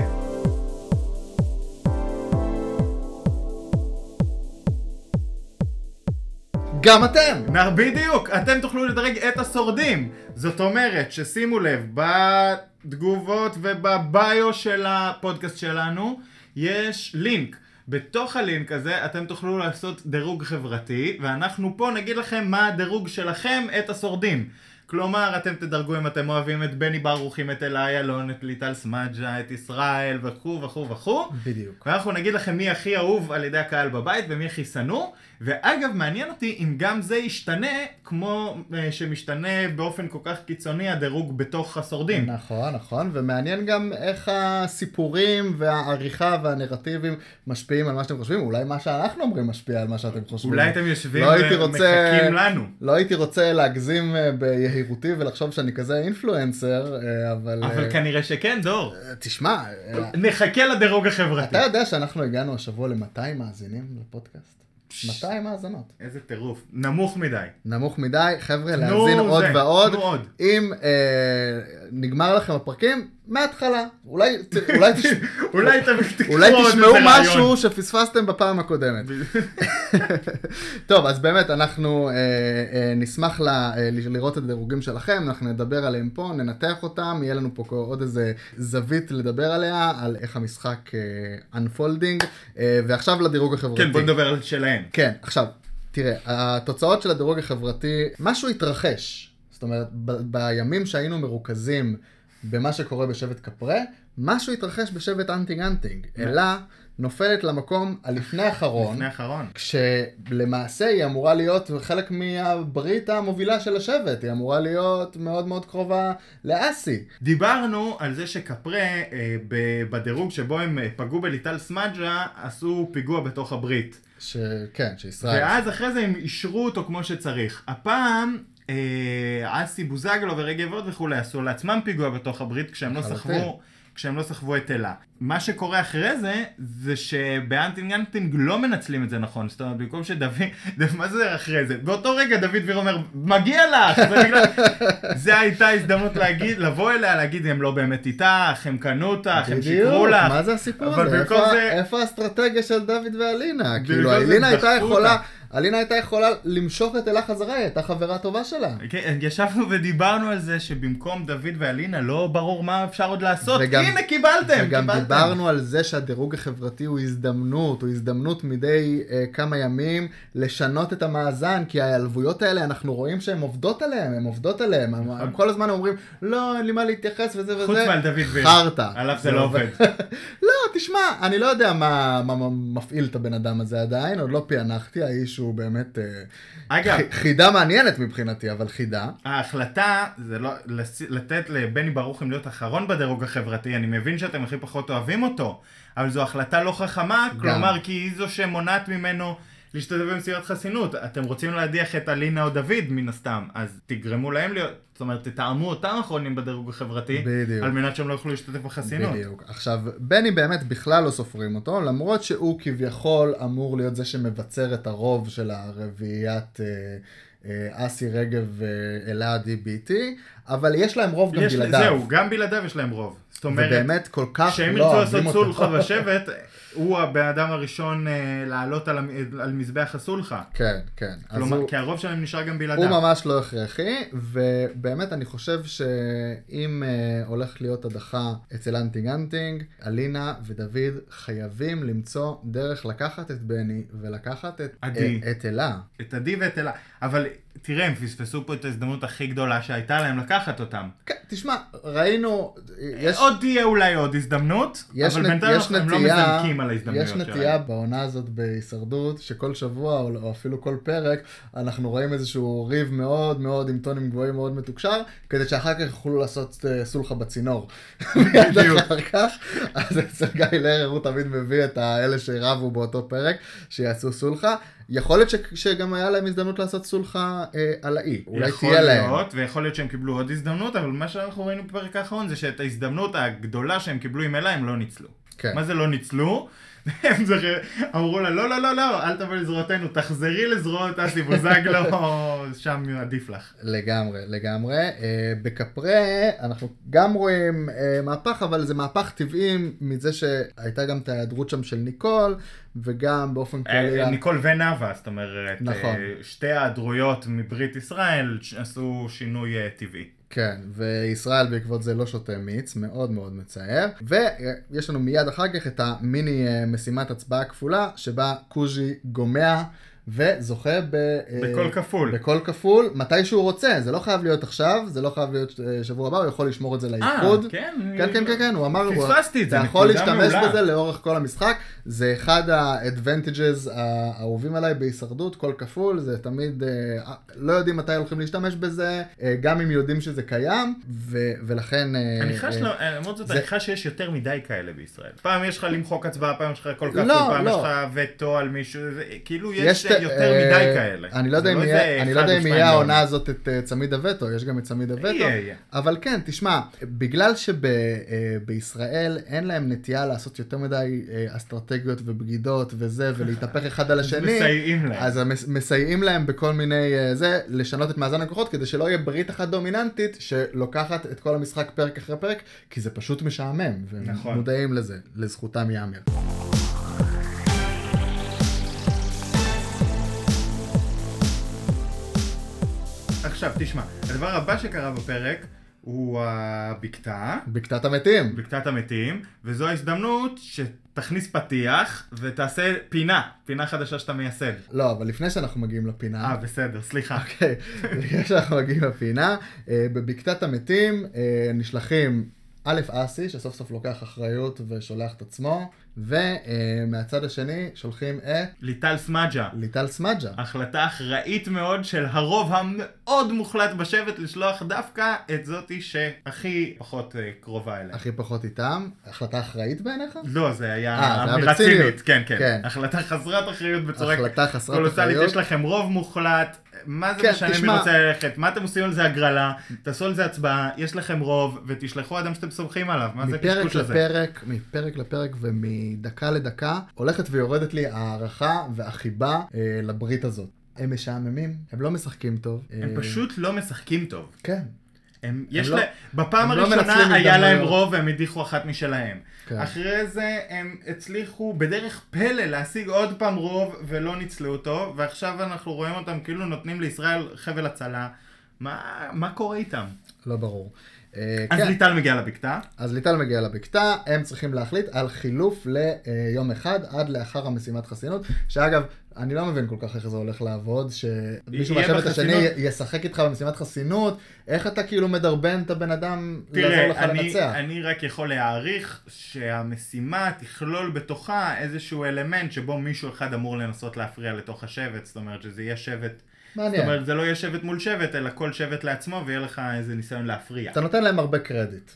A: גם אתם!
B: נר- בדיוק, אתם תוכלו לדרג את השורדים. זאת אומרת, ששימו לב, בתגובות ובביו של הפודקאסט שלנו, יש לינק. בתוך הלינק הזה אתם תוכלו לעשות דירוג חברתי, ואנחנו פה נגיד לכם מה הדירוג שלכם את השורדים. כלומר, אתם תדרגו אם אתם אוהבים את בני ברוכין, את אלי אלון, את ליטל סמדג'ה, את ישראל, וכו' וכו' וכו'.
A: בדיוק.
B: ואנחנו נגיד לכם מי הכי אהוב על ידי הקהל בבית ומי הכי שנוא. ואגב, מעניין אותי אם גם זה ישתנה כמו אה, שמשתנה באופן כל כך קיצוני הדירוג בתוך השורדים.
A: נכון, נכון, ומעניין גם איך הסיפורים והעריכה והנרטיבים משפיעים על מה שאתם חושבים, אולי מה שאנחנו אומרים משפיע על מה שאתם חושבים.
B: אולי אתם יושבים
A: לא הייתי רוצה-
B: ומחכים לנו.
A: לא הייתי רוצה להגזים אה, ביהירותי ולחשוב שאני כזה אינפלואנסר, אה, אבל...
B: אבל כן.
A: אה,
B: כנראה שכן, דור.
A: אה, תשמע, אה,
B: נחכה לדירוג החברתי.
A: אתה יודע שאנחנו הגענו השבוע ל-200 מאזינים לפודקאסט? 200 האזנות.
B: איזה טירוף. נמוך מדי.
A: נמוך מדי, חבר'ה,
B: תנו
A: להאזין
B: זה,
A: עוד ועוד.
B: תנו עוד.
A: אם אה, נגמר לכם הפרקים, מההתחלה. אולי ת- אולי תש-
B: אולי אתם תקחו
A: אולי
B: עוד
A: תשמעו
B: איזה רעיון.
A: משהו שפספסתם בפעם הקודמת. טוב, אז באמת, אנחנו אה, אה, נשמח ל, אה, ל- לראות את הדירוגים שלכם, אנחנו נדבר עליהם פה, ננתח אותם, יהיה לנו פה עוד איזה זווית לדבר עליה, על איך המשחק אה, unfolding, אה, ועכשיו לדירוג החברתי.
B: כן, בוא נדבר על שלהם.
A: כן, עכשיו, תראה, התוצאות של הדירוג החברתי, משהו התרחש. זאת אומרת, ב- בימים שהיינו מרוכזים במה שקורה בשבט כפרה, משהו התרחש בשבט אנטינג אנטינג. אלה נופלת למקום הלפני האחרון,
B: לפני האחרון.
A: כשלמעשה היא אמורה להיות חלק מהברית המובילה של השבט, היא אמורה להיות מאוד מאוד קרובה לאסי.
B: דיברנו על זה שכפרה, אה, ב- בדירוג שבו הם אה, פגעו בליטל סמדג'ה, עשו פיגוע בתוך הברית.
A: שכן, כן, שישראל.
B: ואז אחרי זה הם אישרו אותו כמו שצריך. הפעם, אה, אסי בוזגלו ורגב עוד וכולי עשו לעצמם פיגוע בתוך הברית כשהם לא
A: לחלוטין.
B: סחבו... כשהם לא סחבו את אלה. מה שקורה אחרי זה, זה שבאנטינג אנטינג לא מנצלים את זה נכון. זאת אומרת, במקום שדוד... מה זה אחרי זה? באותו רגע דוד ויר אומר, מגיע לך! זה בגלל... זה הייתה הזדמנות להגיד, לבוא אליה, להגיד, הם לא באמת איתך, הם קנו אותך, הם שיקרו
A: בדיוק,
B: לך.
A: מה זה הסיפור
B: אבל
A: הזה?
B: במקום
A: איפה,
B: זה-
A: איפה האסטרטגיה של דוד ואלינה?
B: במקום
A: כאילו,
B: זה
A: אלינה
B: דחפו
A: הייתה יכולה,
B: אותה.
A: אלינה הייתה יכולה למשוך את אלה חזרה, היא הייתה חברה טובה שלה.
B: כן, ישבנו ודיברנו על זה שבמקום דוד ואלינה לא ברור מה אפשר עוד לעשות.
A: וגם-
B: הנה קיבלתם,
A: וגם
B: קיבלתם.
A: דיברנו על זה שהדירוג החברתי הוא הזדמנות, הוא הזדמנות מדי אה, כמה ימים לשנות את המאזן, כי ההיעלבויות האלה, אנחנו רואים שהן עובדות עליהן, הן עובדות עליהן, הם- הם כל הזמן אומרים, לא, אין לי מה להתייחס וזה וזה.
B: נכון. חוץ מעל דוד ויר.
A: חרטא.
B: עליו זה לא עובד.
A: לא, תשמע, אני לא יודע מה, מה, מה מפעיל את הבן אדם הזה עדיין, עוד לא פענחתי, האיש הוא באמת... אה,
B: אגב,
A: חי- חידה מעניינת מבחינתי, אבל חידה.
B: ההחלטה זה לא לס- לתת לבני ברוכין להיות אחרון בדירוג החברתי, אני מבין שאתם הכי פחות אוהבים אותו, אבל זו החלטה לא חכמה, כלומר כי היא זו שמונעת ממנו להשתתף במסירת חסינות. אתם רוצים להדיח את אלינה או דוד מן הסתם, אז תגרמו להם להיות, זאת אומרת, תתאמו אותם אחרונים בדירוג החברתי,
A: בדיוק.
B: על מנת שהם לא יוכלו להשתתף בחסינות.
A: בדיוק. עכשיו, בני באמת בכלל לא סופרים אותו, למרות שהוא כביכול אמור להיות זה שמבצר את הרוב של הרביעיית אה, אה, אסי רגב אה, אלעד ביטי, אבל יש להם רוב גם
B: יש-
A: בלעדיו.
B: זהו, גם בלעדיו יש להם רוב. זאת אומרת,
A: ובאמת כל כך
B: שהם
A: לא
B: ירצו
A: אוהבים
B: לעשות סולחה
A: אותו.
B: בשבט, הוא הבן אדם הראשון אה, לעלות על המ- על מזבח הסולחה.
A: כן, כן. אז
B: כלומר,
A: הוא-
B: כי הרוב שלהם נשאר גם
A: הוא
B: בלעדיו.
A: ממש לא הכרחי, ובאמת אני חושב שאם uh, הולך להיות הדחה אצל אנטינג אנטינג, אלינה ודוד חייבים למצוא דרך לקחת את בני ולקחת את, אה,
B: עדי.
A: את, את אלה.
B: את עדי ואת אלה. אבל תראה, הם פספסו פה את ההזדמנות הכי גדולה שהייתה להם לקחת אותם.
A: כן, תשמע, ראינו, יש...
B: אה, עוד תהיה אולי עוד הזדמנות,
A: יש,
B: אבל
A: נ-
B: בינתיים
A: יש
B: אנחנו- הם לא
A: נטייה,
B: מזנקים על ההזדמנויות
A: יש
B: שלהם.
A: נטייה בעונה הזאת בהישרדות, שכל שבוע או, או אפילו כל פרק, אנחנו רואים איזשהו ריב מאוד מאוד עם טונים גבוהים מאוד מתוקשר, כדי שאחר כך יוכלו לעשות אה, סולחה בצינור. מיד
B: בדיוק.
A: אחר כך, אז אצל גיא לרר הוא תמיד מביא את האלה שרבו באותו פרק, שיעשו סולחה. יכול להיות ש, שגם היה להם הזדמנות לעשות סולחה אה, על האי, אולי
B: יכול
A: תהיה להם.
B: להיות, ויכול להיות שהם קיבלו עוד הזדמנות, אבל מה שאנחנו ראינו בפרק האחרון זה שאת ההזדמנות הגדולה שהם קיבלו עם אלה הם לא ניצלו.
A: כן.
B: מה זה לא ניצלו? הם זוכר- אמרו לה, לא, לא, לא, לא, אל תבואי לזרועותינו, תחזרי לזרועות אסי בוזגלו, שם עדיף לך.
A: לגמרי, לגמרי. אה, בקפרה אנחנו גם רואים אה, מהפך, אבל זה מהפך טבעי מזה שהייתה גם את ההיעדרות שם של ניקול, וגם באופן כללי...
B: אה, ניקול ונאווה, זאת אומרת,
A: כן, נכון.
B: אה, שתי ההיעדרויות מברית ישראל ש- עשו שינוי אה, טבעי.
A: כן, וישראל בעקבות זה לא שותה מיץ, מאוד מאוד מצער. ויש לנו מיד אחר כך את המיני אה, משימת הצבעה כפולה, שבה קוז'י גומע וזוכה ב... אה,
B: בקול כפול.
A: בקול כפול, מתי שהוא רוצה, זה לא חייב להיות עכשיו, זה לא חייב להיות אה, שבוע הבא, הוא יכול לשמור את זה לאיחוד.
B: כן?
A: כן, כן, כן, כן, הוא אמר, הוא-
B: פספסתי את זה,
A: אתה יכול
B: נקודה
A: להשתמש
B: מעולה.
A: בזה לאורך כל המשחק, זה אחד האדוונטג'ז האהובים עליי בהישרדות, כל כפול, זה תמיד, אה, לא יודעים מתי הולכים להשתמש בזה, אה, גם אם יודעים שזה קיים, ו- ולכן... אה,
B: אני חש,
A: אה,
B: לא- למרות זאת,
A: זה-
B: אני חש שיש יותר מדי כאלה בישראל. פעם יש לך למחוק הצבעה, פעם יש לך כל כפול,
A: לא,
B: פעם
A: לא.
B: יש לך וטו על מישהו, זה- כאילו יש
A: ת-
B: יותר
A: אה,
B: מדי כאלה.
A: אני לא יודע
B: זה
A: אם
B: איזה
A: יהיה- אני לא
B: אחד
A: יודע
B: או
A: אם
B: שניים
A: יהיה
B: בעולם.
A: העונה הזאת את אה, צמיד הווטו, יש גם את צמיד הווטו.
B: יהיה, יהיה.
A: אבל כן, תשמע, בגלל שבישראל אין להם נטייה לעשות יותר מדי אה, אסטרטגיות ובגידות וזה, ולהתהפך אחד על השני,
B: מסייעים להם.
A: אז המס- מסייעים להם בכל מיני אה, זה, לשנות את מאזן הכוחות, כדי שלא יהיה ברית אחת דומיננטית שלוקחת את כל המשחק פרק אחרי פרק, כי זה פשוט משעמם, והם
B: נכון.
A: מודעים לזה, לזכותם ייאמר.
B: עכשיו, תשמע, הדבר הבא שקרה בפרק הוא הבקתה.
A: בקתת המתים.
B: בקתת המתים, וזו ההזדמנות שתכניס פתיח ותעשה פינה, פינה חדשה שאתה מייסד.
A: לא, אבל לפני שאנחנו מגיעים לפינה,
B: אה, בסדר, סליחה.
A: אוקיי, לפני שאנחנו מגיעים לפינה, אה, בבקתת המתים אה, נשלחים א' אסי, שסוף סוף לוקח אחריות ושולח את עצמו, ומהצד השני שולחים את
B: ליטל סמג'ה.
A: ליטל סמג'ה.
B: אה. החלטה אחראית מאוד של הרוב המאוד מוחלט בשבט לשלוח דווקא את זאתי שהכי פחות אה, קרובה אליה.
A: הכי פחות איתם, החלטה אחראית בעיניך?
B: לא, זה היה
A: אה, זה היה
B: אמירה
A: בציניות.
B: צינית, כן,
A: כן.
B: כן. החלטה חסרת אחריות בצורה
A: החלטה חסרת
B: קולוסלית,
A: אחריות.
B: יש לכם רוב מוחלט, מה
A: כן,
B: זה משנה מי
A: תשמע-
B: רוצה ללכת, מה אתם עושים על זה הגרלה, תעשו על זה הצבעה, יש לכם רוב, ותשלחו אדם שאתם סומכים עליו, מה זה
A: מפרק
B: הקשקוש הזה?
A: לפרק, מפרק לפרק ומדקה לדקה, הולכת ויורדת לי ההערכה והחיבה אה, לברית הזאת. הם משעממים, הם לא משחקים טוב.
B: הם
A: אה,
B: פשוט לא משחקים טוב.
A: כן.
B: הם, יש
A: לא-
B: לה... בפעם
A: הם לא מנצלים
B: הראשונה היה להם
A: הזדמנויות.
B: רוב והם הדיחו אחת משלהם.
A: כן.
B: אחרי זה הם הצליחו בדרך פלא להשיג עוד פעם רוב ולא ניצלו אותו, ועכשיו אנחנו רואים אותם כאילו נותנים לישראל חבל הצלה. מה, מה קורה איתם?
A: לא ברור. אה,
B: אז
A: כן.
B: ליטל מגיעה לבקתה,
A: אז ליטל מגיעה לבקתה, הם צריכים להחליט על חילוף ליום אחד עד לאחר המשימת חסינות, שאגב, אני לא מבין כל כך איך זה הולך לעבוד, שמישהו
B: יהיה
A: מהשבט השני
B: בחסינות.
A: ישחק איתך במשימת חסינות, איך אתה כאילו מדרבן את הבן אדם לעזור לך
B: תראה, אני,
A: לנצח?
B: אני רק יכול להעריך שהמשימה תכלול בתוכה איזשהו אלמנט שבו מישהו אחד אמור לנסות להפריע לתוך השבט, זאת אומרת שזה יהיה שבט זאת
A: מעניין.
B: אומרת, זה לא יהיה שבט מול שבט, אלא כל שבט לעצמו, ויהיה לך איזה ניסיון להפריע.
A: אתה נותן להם הרבה קרדיט.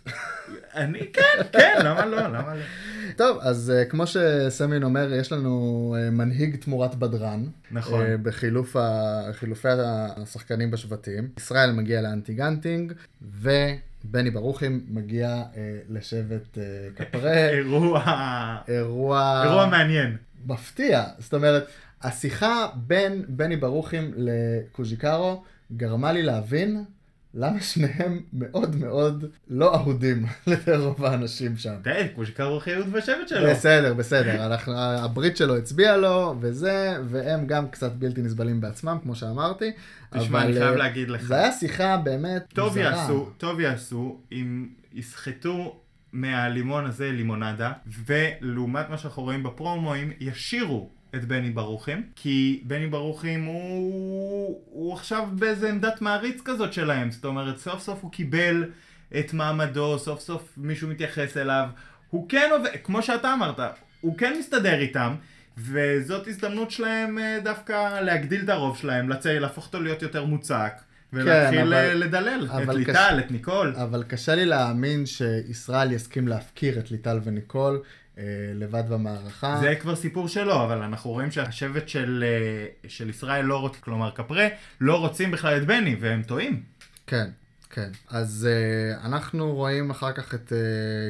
B: אני, כן, כן, למה לא, למה לא?
A: טוב, אז אה, כמו שסמין אומר, יש לנו אה, מנהיג תמורת בדרן.
B: נכון.
A: אה, בחילוף ה- חילופי השחקנים בשבטים. ישראל מגיע לאנטיגנטינג, ובני ברוכי מגיע אה, לשבט אה, כפרה.
B: אירוע...
A: אה, אירוע...
B: אירוע מעניין.
A: מפתיע. זאת אומרת, השיחה בין בני ברוכין לקוז'יקרו גרמה לי להבין למה שניהם מאוד מאוד לא אהודים לתאר רוב האנשים שם.
B: די, כמו שקראו חיות בשבט שלו.
A: בסדר, בסדר, אנחנו, הברית שלו הצביעה לו, וזה, והם גם קצת בלתי נסבלים בעצמם, כמו שאמרתי.
B: תשמע, אני
A: אבל,
B: חייב
A: אה,
B: להגיד לך.
A: זה היה שיחה באמת
B: טוב
A: מוזרה.
B: יעשו, טוב יעשו אם יסחטו מהלימון הזה לימונדה, ולעומת מה שאנחנו רואים בפרומואים, ישירו את בני ברוכם, כי בני ברוכם הוא, הוא עכשיו באיזה עמדת מעריץ כזאת שלהם, זאת אומרת סוף סוף הוא קיבל את מעמדו, סוף סוף מישהו מתייחס אליו, הוא כן עובד, כמו שאתה אמרת, הוא כן מסתדר איתם. וזאת הזדמנות שלהם אה, דווקא להגדיל את הרוב שלהם, לצאת, להפוך אותו להיות יותר מוצק, ולהתחיל
A: כן, אבל-
B: אה, לדלל, את
A: אבל
B: ליטל,
A: קשה-
B: את ניקול.
A: אבל קשה לי להאמין שישראל יסכים להפקיר את ליטל וניקול אה, לבד במערכה.
B: זה כבר סיפור שלו, אבל אנחנו רואים שהשבט של, אה, של ישראל לא רוצים, כלומר כפרה, לא רוצים בכלל את בני, והם טועים.
A: כן, כן. אז uh, אנחנו רואים אחר כך את uh,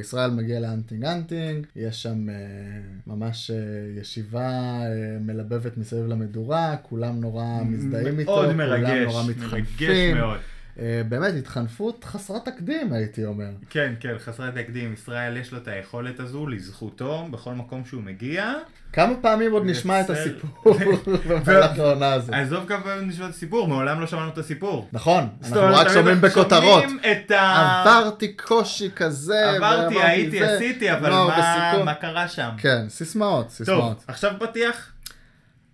A: ישראל מגיע לאנטינג אנטינג, יש שם uh, ממש uh, ישיבה uh, מלבבת מסביב למדורה, כולם נורא אה, מזדהים איתו,
B: מאוד
A: כולם
B: מרגש,
A: נורא
B: מרגש
A: מתחנפים.
B: מאוד.
A: Uh, באמת, התחנפות חסרת תקדים, הייתי אומר.
B: כן, כן, חסרי תקדים, ישראל יש לו את היכולת הזו, לזכותו, בכל מקום שהוא מגיע.
A: כמה פעמים עוד נשמע את
B: בסדר.
A: הסיפור במהלך העונה הזאת?
B: עזוב כמה פעמים נשמע את הסיפור, מעולם לא שמענו את הסיפור.
A: נכון,
B: זאת
A: אנחנו
B: אומרת,
A: רק
B: תמיד
A: שומעים
B: אנחנו
A: בכותרות.
B: שומעים את ה...
A: עברתי קושי כזה,
B: עברתי,
A: ועברתי
B: הייתי,
A: זה.
B: עשיתי, אבל
A: נוער
B: מה-
A: בסיכון.
B: מה קרה שם?
A: כן, סיסמאות, סיסמאות.
B: טוב, עכשיו פתיח?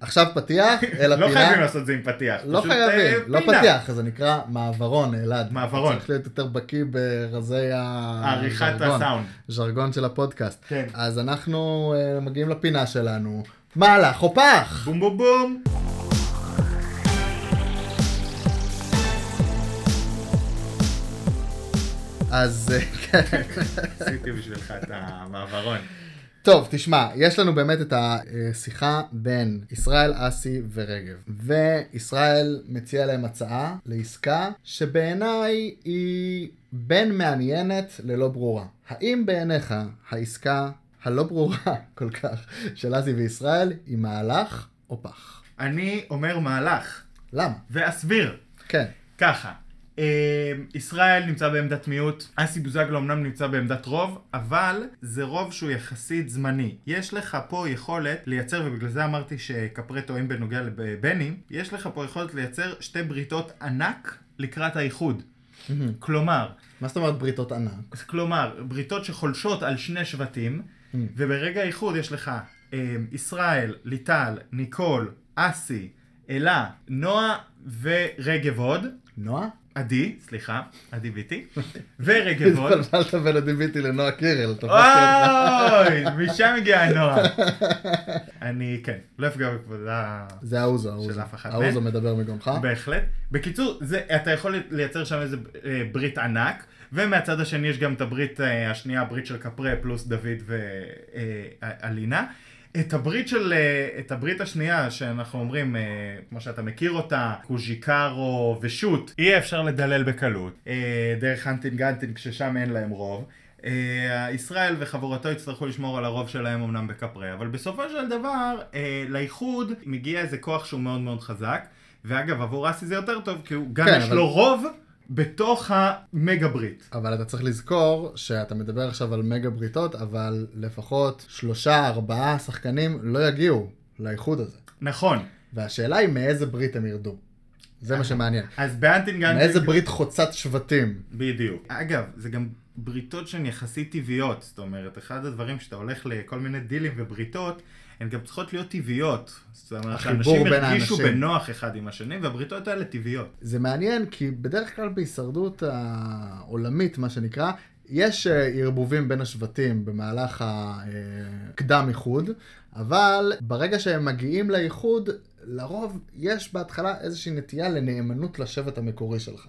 A: עכשיו פתיח אל
B: לא
A: הפינה.
B: חייבים לעשות את זה עם פתיח.
A: לא
B: פשוט,
A: חייבים,
B: אה,
A: לא
B: פינה.
A: פתיח, אז זה נקרא מעברון, אלעד.
B: מעברון.
A: אתה צריך להיות יותר בקיא ברזי
B: עריכת
A: הז'רגון,
B: הסאונד.
A: ז'רגון של הפודקאסט.
B: כן.
A: אז אנחנו אה, מגיעים לפינה שלנו. מה הלך או פח?
B: בום בום בום.
A: אז אה, כן.
B: עשיתי בשבילך את המעברון.
A: טוב, תשמע, יש לנו באמת את השיחה בין ישראל, אסי ורגב. וישראל מציע להם הצעה לעסקה שבעיניי היא בין מעניינת ללא ברורה. האם בעיניך העסקה הלא ברורה כל כך של אסי וישראל היא מהלך או פח?
B: אני אומר מהלך,
A: למה?
B: ואסביר.
A: כן,
B: ככה, אה, ישראל נמצא בעמדת מיעוט, אסי בוזגלו אמנם נמצא בעמדת רוב, אבל זה רוב שהוא יחסית זמני. יש לך פה יכולת לייצר, ובגלל זה אמרתי שכפרי טועים בנוגע לבני, יש לך פה יכולת לייצר שתי בריתות ענק לקראת האיחוד. כלומר,
A: מה זאת אומרת בריתות ענק?
B: כלומר, בריתות שחולשות על שני שבטים, וברגע האיחוד יש לך אה, ישראל, ליטל, ניקול, אסי, אלה, נועה ורגב עוד,
A: נועה?
B: עדי, סליחה, עדי ביטי, ורגב עוד.
A: התבלבלת בין הדיביטי לנועה קירל. תפסתי אותך.
B: אוי, משם הגיעה נועה. אני, כן, לא אפגע בכבודה.
A: זה האוזו, האוזו.
B: אף אחד
A: האוזו
B: מהם.
A: מדבר מגרונך.
B: בהחלט. בקיצור, זה, אתה יכול לייצר שם איזה אה, ברית ענק, ומהצד השני יש גם את הברית אה, השנייה, הברית של קפרה פלוס דוד ואלינה. את הברית של, אה, את הברית השנייה שאנחנו אומרים, אה, כמו שאתה מכיר אותה, קוז'יקרו ושות, אי אפשר לדלל בקלות. אה, דרך הנטינג הנטינג ששם אין להם רוב. אה, ישראל וחבורתו יצטרכו לשמור על הרוב שלהם אמנם בקפרה, אבל בסופו של דבר, אה, לאיחוד מגיע איזה כוח שהוא מאוד מאוד חזק, ואגב, עבור אסי זה יותר טוב, כי הוא גם
A: כן,
B: יש
A: אבל-
B: לו רוב בתוך המגה ברית.
A: אבל אתה צריך לזכור שאתה מדבר עכשיו על מגה בריתות, אבל לפחות שלושה, ארבעה שחקנים לא יגיעו לאיחוד הזה.
B: נכון,
A: והשאלה היא מאיזה ברית הם ירדו. זה מה שמעניין.
B: אז באנטינג אנטינג...
A: מאיזה ברית חוצת שבטים.
B: בדיוק. אגב, זה גם בריתות שהן יחסית טבעיות. זאת אומרת, אחד הדברים שאתה הולך לכל מיני דילים ובריתות, הן גם צריכות להיות טבעיות. זאת אומרת,
A: החיבור
B: שאנשים
A: בין
B: ירגישו
A: האנשים.
B: בנוח אחד עם השני, והבריתות האלה טבעיות.
A: זה מעניין, כי בדרך כלל בהישרדות העולמית, מה שנקרא, יש אה, ערבובים בין השבטים במהלך הקדם איחוד, אבל ברגע שהם מגיעים לאיחוד, לרוב יש בהתחלה איזושהי נטייה לנאמנות לשבט המקורי שלך.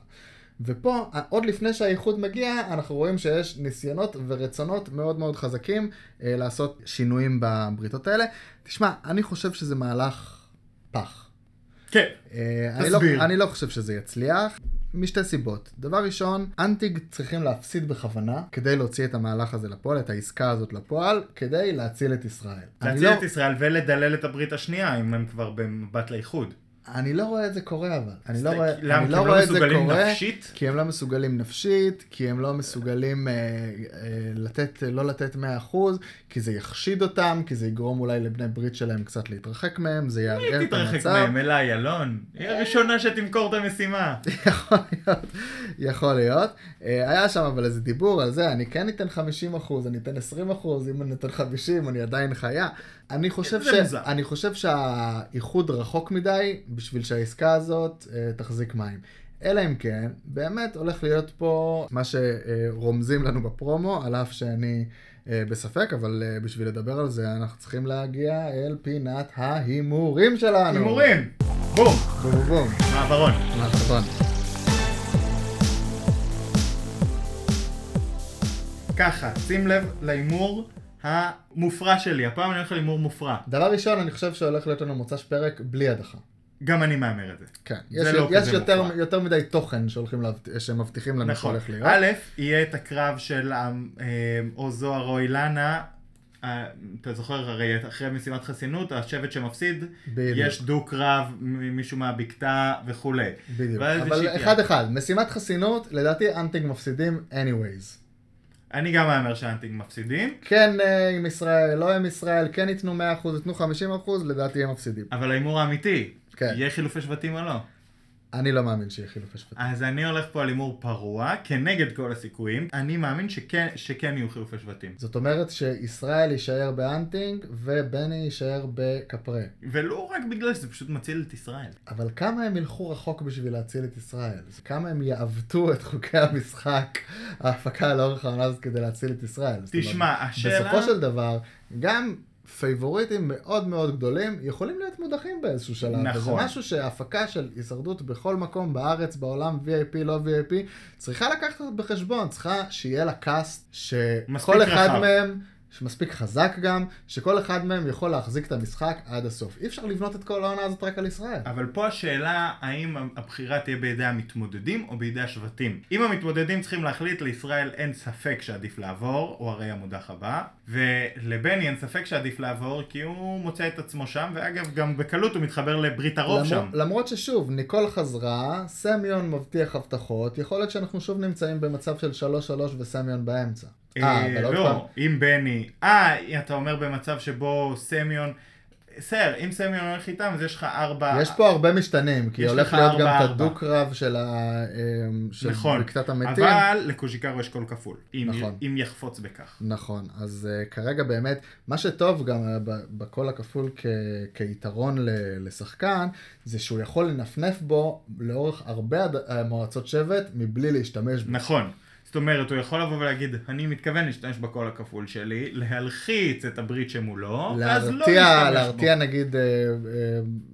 A: ופה, אה, עוד לפני שהאיחוד מגיע, אנחנו רואים שיש ניסיונות ורצונות מאוד מאוד חזקים אה, לעשות שינויים בבריתות האלה. תשמע, אני חושב שזה מהלך פח.
B: כן.
A: אה, אני
B: תסביר.
A: לא, אני לא חושב שזה יצליח, משתי סיבות. דבר ראשון, אנטיג צריכים להפסיד בכוונה כדי להוציא את המהלך הזה לפועל, את העסקה הזאת לפועל, כדי להציל את ישראל. אני
B: להציל
A: לא,
B: את ישראל ולדלל את הברית השנייה, אם הם כבר במבט לאיחוד.
A: אני לא רואה את זה קורה אבל. אני לא
B: אז
A: רואה, אני
B: למה? כי
A: לא
B: הם לא
A: רואה את זה
B: מסוגלים
A: קורה.
B: נפשית?
A: כי הם לא מסוגלים נפשית, כי הם לא מסוגלים אה, אה, לתת, לא לתת 100%, כי זה יחשיד אותם, כי זה יגרום אולי לבני ברית שלהם קצת להתרחק מהם, זה יערער
B: אל
A: את
B: תתרחק
A: המצב.
B: מהם, אלה אילון. היא הראשונה שתמכור את המשימה.
A: יכול להיות, יכול להיות. אה, היה שם אבל איזה דיבור על זה, אני כן אתן 50 אחוז, אני אתן 20 אחוז, אם אני אתן 50, אני עדיין חיה. אני חושב,
B: זה
A: ש...
B: מוזר.
A: אני חושב שהאיחוד רחוק מדי בשביל שהעסקה הזאת אה, תחזיק מים. אלא אם כן, באמת הולך להיות פה מה שרומזים לנו בפרומו, על אף שאני אה, בספק, אבל אה, בשביל לדבר על זה אנחנו צריכים להגיע אל פינת ההימורים שלנו.
B: הימורים! בום!
A: בום בום בום.
B: מעברון.
A: נכון.
B: ככה, שים לב להימור המופרע שלי. הפעם אני הולך להימור מופרע.
A: דבר ראשון, אני חושב שהולך להיות לנו מוצ"ש פרק בלי הדחה.
B: גם אני מהמר את זה.
A: כן.
B: זה
A: יש,
B: לא
A: יש
B: כזה
A: יותר,
B: מופרע.
A: יותר מדי תוכן שהולכים להבט... שמבטיחים לנו
B: נכון.
A: שהולך להיות.
B: א', יהיה את הקרב של אה, אה, או זוהר או אילנה. אה, אתה זוכר, הרי אחרי משימת חסינות, השבט שמפסיד,
A: בדיוק.
B: יש דו-קרב, מ- מישהו מהבקתה וכולי.
A: בדיוק.
B: ואז יש
A: אבל
B: איתי.
A: אחד אחד, משימת חסינות, לדעתי אנטינג מפסידים anyways.
B: אני גם מהמר שהאנטינג מפסידים,
A: כן אה, עם ישראל, לא עם ישראל, כן ייתנו 100%, ייתנו 50%, לדעתי הם מפסידים.
B: אבל ההימור האמיתי,
A: כן.
B: יהיה חילופי שבטים או לא.
A: אני לא מאמין שיהיה חילופי שבטים.
B: אז אני הולך פה על הימור פרוע, כנגד כל הסיכויים. אני מאמין שכן, שכן יהיו חילופי שבטים.
A: זאת אומרת שישראל יישאר באנטינג ובני יישאר בקפרה.
B: ולא רק בגלל שזה פשוט מציל את ישראל.
A: אבל כמה הם ילכו רחוק בשביל להציל את ישראל? כמה הם יעוותו את חוקי המשחק, ההפקה לאורך העונה הזאת כדי להציל את ישראל? זאת אומרת,
B: תשמע, השאלה...
A: בסופו של דבר, גם פייבוריטים מאוד מאוד גדולים יכולים להיות מודחים באיזשהו שלב.
B: נכון.
A: וזה משהו שההפקה של הישרדות בכל מקום בארץ, בעולם, VIP, לא VIP, צריכה לקחת בחשבון, צריכה שיהיה לה קאסט
B: מספיק
A: שכל אחד
B: רחב.
A: מהם... שמספיק חזק גם, שכל אחד מהם יכול להחזיק את המשחק עד הסוף. אי אפשר לבנות את כל העונה הזאת רק על ישראל.
B: אבל פה השאלה האם הבחירה תהיה בידי המתמודדים או בידי השבטים. אם המתמודדים צריכים להחליט, לישראל אין ספק שעדיף לעבור, הוא הרי המודח הבא, ולבני אין ספק שעדיף לעבור כי הוא מוצא את עצמו שם, ואגב גם בקלות הוא מתחבר לברית הרוב
A: למ-
B: שם.
A: למרות ששוב, ניקול חזרה, סמיון מבטיח הבטחות, יכול להיות שאנחנו שוב נמצאים במצב של 3-3 וסמיון באמצע. אה, אבל עוד פעם,
B: לא, עם בני. אה, אתה אומר במצב שבו סמיון... סר, אם סמיון הולך איתם, אז יש לך ארבע...
A: יש פה הרבה משתנים, כי
B: אה, יש
A: הולך
B: לך
A: להיות גם
B: ארבע,
A: את
B: ארבע.
A: הדו-קרב של ה- אמ, של
B: נכון,
A: בקתת המתים.
B: אבל לקוז'יקרו יש קול כפול. אם,
A: נכון.
B: אם יחפוץ בכך.
A: נכון, אז uh, כרגע באמת, מה שטוב גם uh, ב- בקול הכפול כ- כיתרון ל- לשחקן, זה שהוא יכול לנפנף בו לאורך הרבה הד- המועצות שבט מבלי להשתמש בו.
B: נכון. זאת אומרת, הוא יכול לבוא ולהגיד, אני מתכוון להשתמש בקול הכפול שלי, להלחיץ את הברית שמולו, ואז לא
A: להרתיע,
B: להשתמש
A: להרתיע נגיד אה, אה,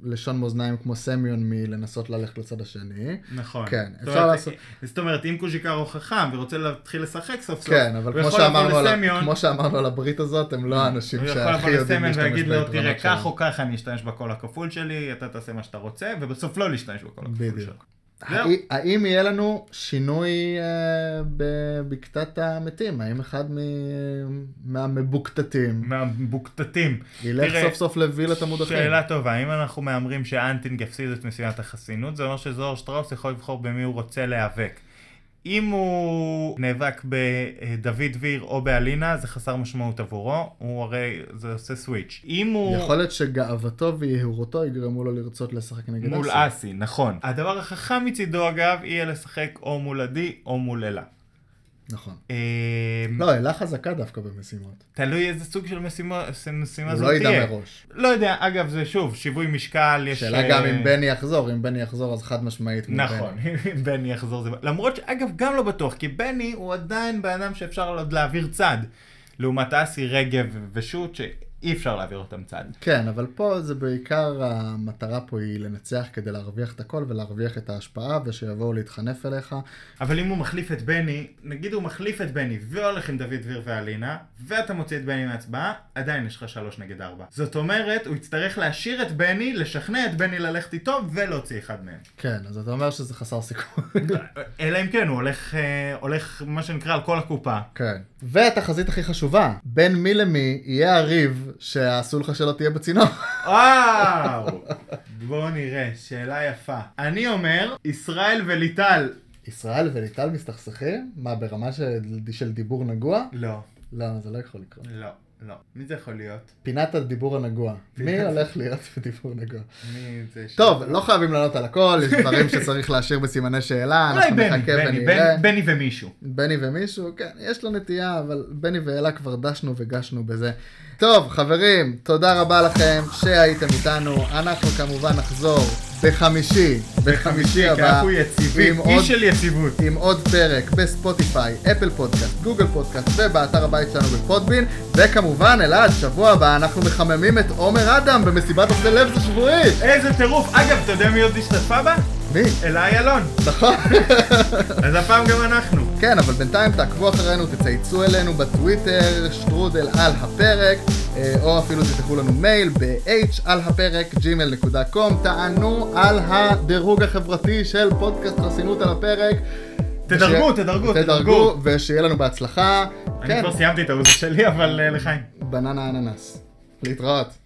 A: לשון מאזניים כמו סמיון מלנסות ללכת לצד השני.
B: בו. נכון.
A: כן,
B: זאת
A: אפשר
B: אומרת,
A: לעשות-
B: זאת אומרת, אם קוז'יקרו חכם ורוצה להתחיל לשחק סוף סוף,
A: כן, אבל
B: הוא
A: כמו
B: יכול לבוא
A: שאמרנו, על, ה-
B: לסמיון,
A: כמו שאמרנו על הברית הזאת, הם לא האנשים
B: הוא יכול
A: שהכי
B: לבוא
A: יודעים
B: לסמיון
A: להשתמש
B: ולהגיד לו, תראה,
A: ביתרונות שלהם.
B: כך או כך אני אשתמש בקול הכפול שלי, אתה תעשה מה שאתה רוצה, ובסוף לא להשתמש בקול הכפול
A: בדיוק.
B: שלך.
A: האם-
B: לא.
A: האם יהיה לנו שינוי אה, בבקתת המתים? האם אחד מ- מהמבוקתתים
B: מהבוקטטים.
A: ילך
B: תראה,
A: סוף סוף לווילת המודחים?
B: שאלה טובה, אם אנחנו מהמרים שאנטינג יפסיד את משימת החסינות, זה אומר שזוהר שטראוס יכול לבחור במי הוא רוצה להיאבק. אם הוא נאבק בדוד דביר או באלינה, זה חסר משמעות עבורו, הוא הרי, זה עושה סוויץ'. אם הוא...
A: יכול להיות שגאוותו ויהירותו יגרמו לו לרצות לשחק נגד
B: מול
A: אסי.
B: אסי, נכון. הדבר החכם מצידו אגב, יהיה לשחק או מול עדי או מול אלה.
A: נכון.
B: אה,
A: לא, אלה חזקה דווקא במשימות.
B: תלוי איזה סוג של משימה משימה
A: הוא
B: זאת
A: לא
B: תהיה.
A: ידע מראש.
B: לא יודע, אגב, זה שוב, שיווי משקל, יש...
A: שאלה
B: אה,
A: גם אם בני יחזור, אם בני יחזור אז חד משמעית. מול
B: נכון, אם בני יחזור זה... למרות שאגב, גם לא בטוח, כי בני הוא עדיין בן אדם שאפשר עוד להעביר צד. לעומת אסי, רגב ושות' אי אפשר להעביר אותם צד.
A: כן, אבל פה זה בעיקר, המטרה פה היא לנצח כדי להרוויח את הכל ולהרוויח את ההשפעה ושיבואו להתחנף אליך.
B: אבל אם הוא מחליף את בני, נגיד הוא מחליף את בני והולך עם דוד דביר ואלינה, ואתה מוציא את בני מההצבעה, עדיין יש לך שלוש נגד ארבע. זאת אומרת, הוא יצטרך להשאיר את בני, לשכנע את בני ללכת איתו ולהוציא אחד מהם.
A: כן, אז אתה אומר שזה חסר סיכוי.
B: אלא אם כן, הוא הולך, אה, הולך מה שנקרא על כל הקופה.
A: כן. והתחזית הכי חשובה, בין מי למי יהיה הריב שהאסור לך שלא תהיה בצינור.
B: וואו! בואו נראה, שאלה יפה. אני אומר, ישראל וליטל.
A: ישראל וליטל מסתכסכים? מה, ברמה של, של דיבור נגוע?
B: לא,
A: לא, זה לא יכול לקרות.
B: לא, לא. מי זה יכול להיות?
A: פינת הדיבור הנגוע. מי
B: פינת-
A: הולך להיות בדיבור נגוע?
B: מי זה ש...
A: טוב, לא חייבים לענות על הכל, יש דברים שצריך להשאיר בסימני שאלה,
B: אולי
A: אנחנו
B: בני,
A: נחכה
B: בני,
A: ונראה.
B: בני, בני ומישהו.
A: בני ומישהו, כן, יש לו נטייה, אבל בני ואלה כבר דשנו וגשנו בזה. טוב, חברים, תודה רבה לכם שהייתם איתנו. אנחנו כמובן נחזור בחמישי, בחמישי
B: כי
A: הבא,
B: אנחנו יציבים,
A: עם עוד
B: איש של יציבות.
A: עם עוד פרק בספוטיפיי, אפל פודקאסט, גוגל פודקאסט ובאתר הבית שלנו בפודבין. וכמובן, אלעד, שבוע הבא אנחנו מחממים את עומר אדם במסיבת עובדי לב זה שבועי.
B: איזה טירוף. אגב, אתה יודע מי עוד השתתפה בה?
A: מי?
B: אלה איילון.
A: נכון.
B: אז הפעם גם אנחנו.
A: כן, אבל בינתיים תעקבו אחרינו, תצייצו אלינו בטוויטר, שטרודל על הפרק, אה, או אפילו תשלחו לנו מייל ב-h על הפרק, gmail.com, תענו על הדירוג החברתי של פודקאסט חסינות על הפרק.
B: תדרגו,
A: וש-
B: תדרגו,
A: תדרגו,
B: תדרגו.
A: ושיהיה לנו בהצלחה.
B: אני
A: כן,
B: כבר סיימתי את העוז שלי, אבל אה, לחיים.
A: בננה אננס. להתראות.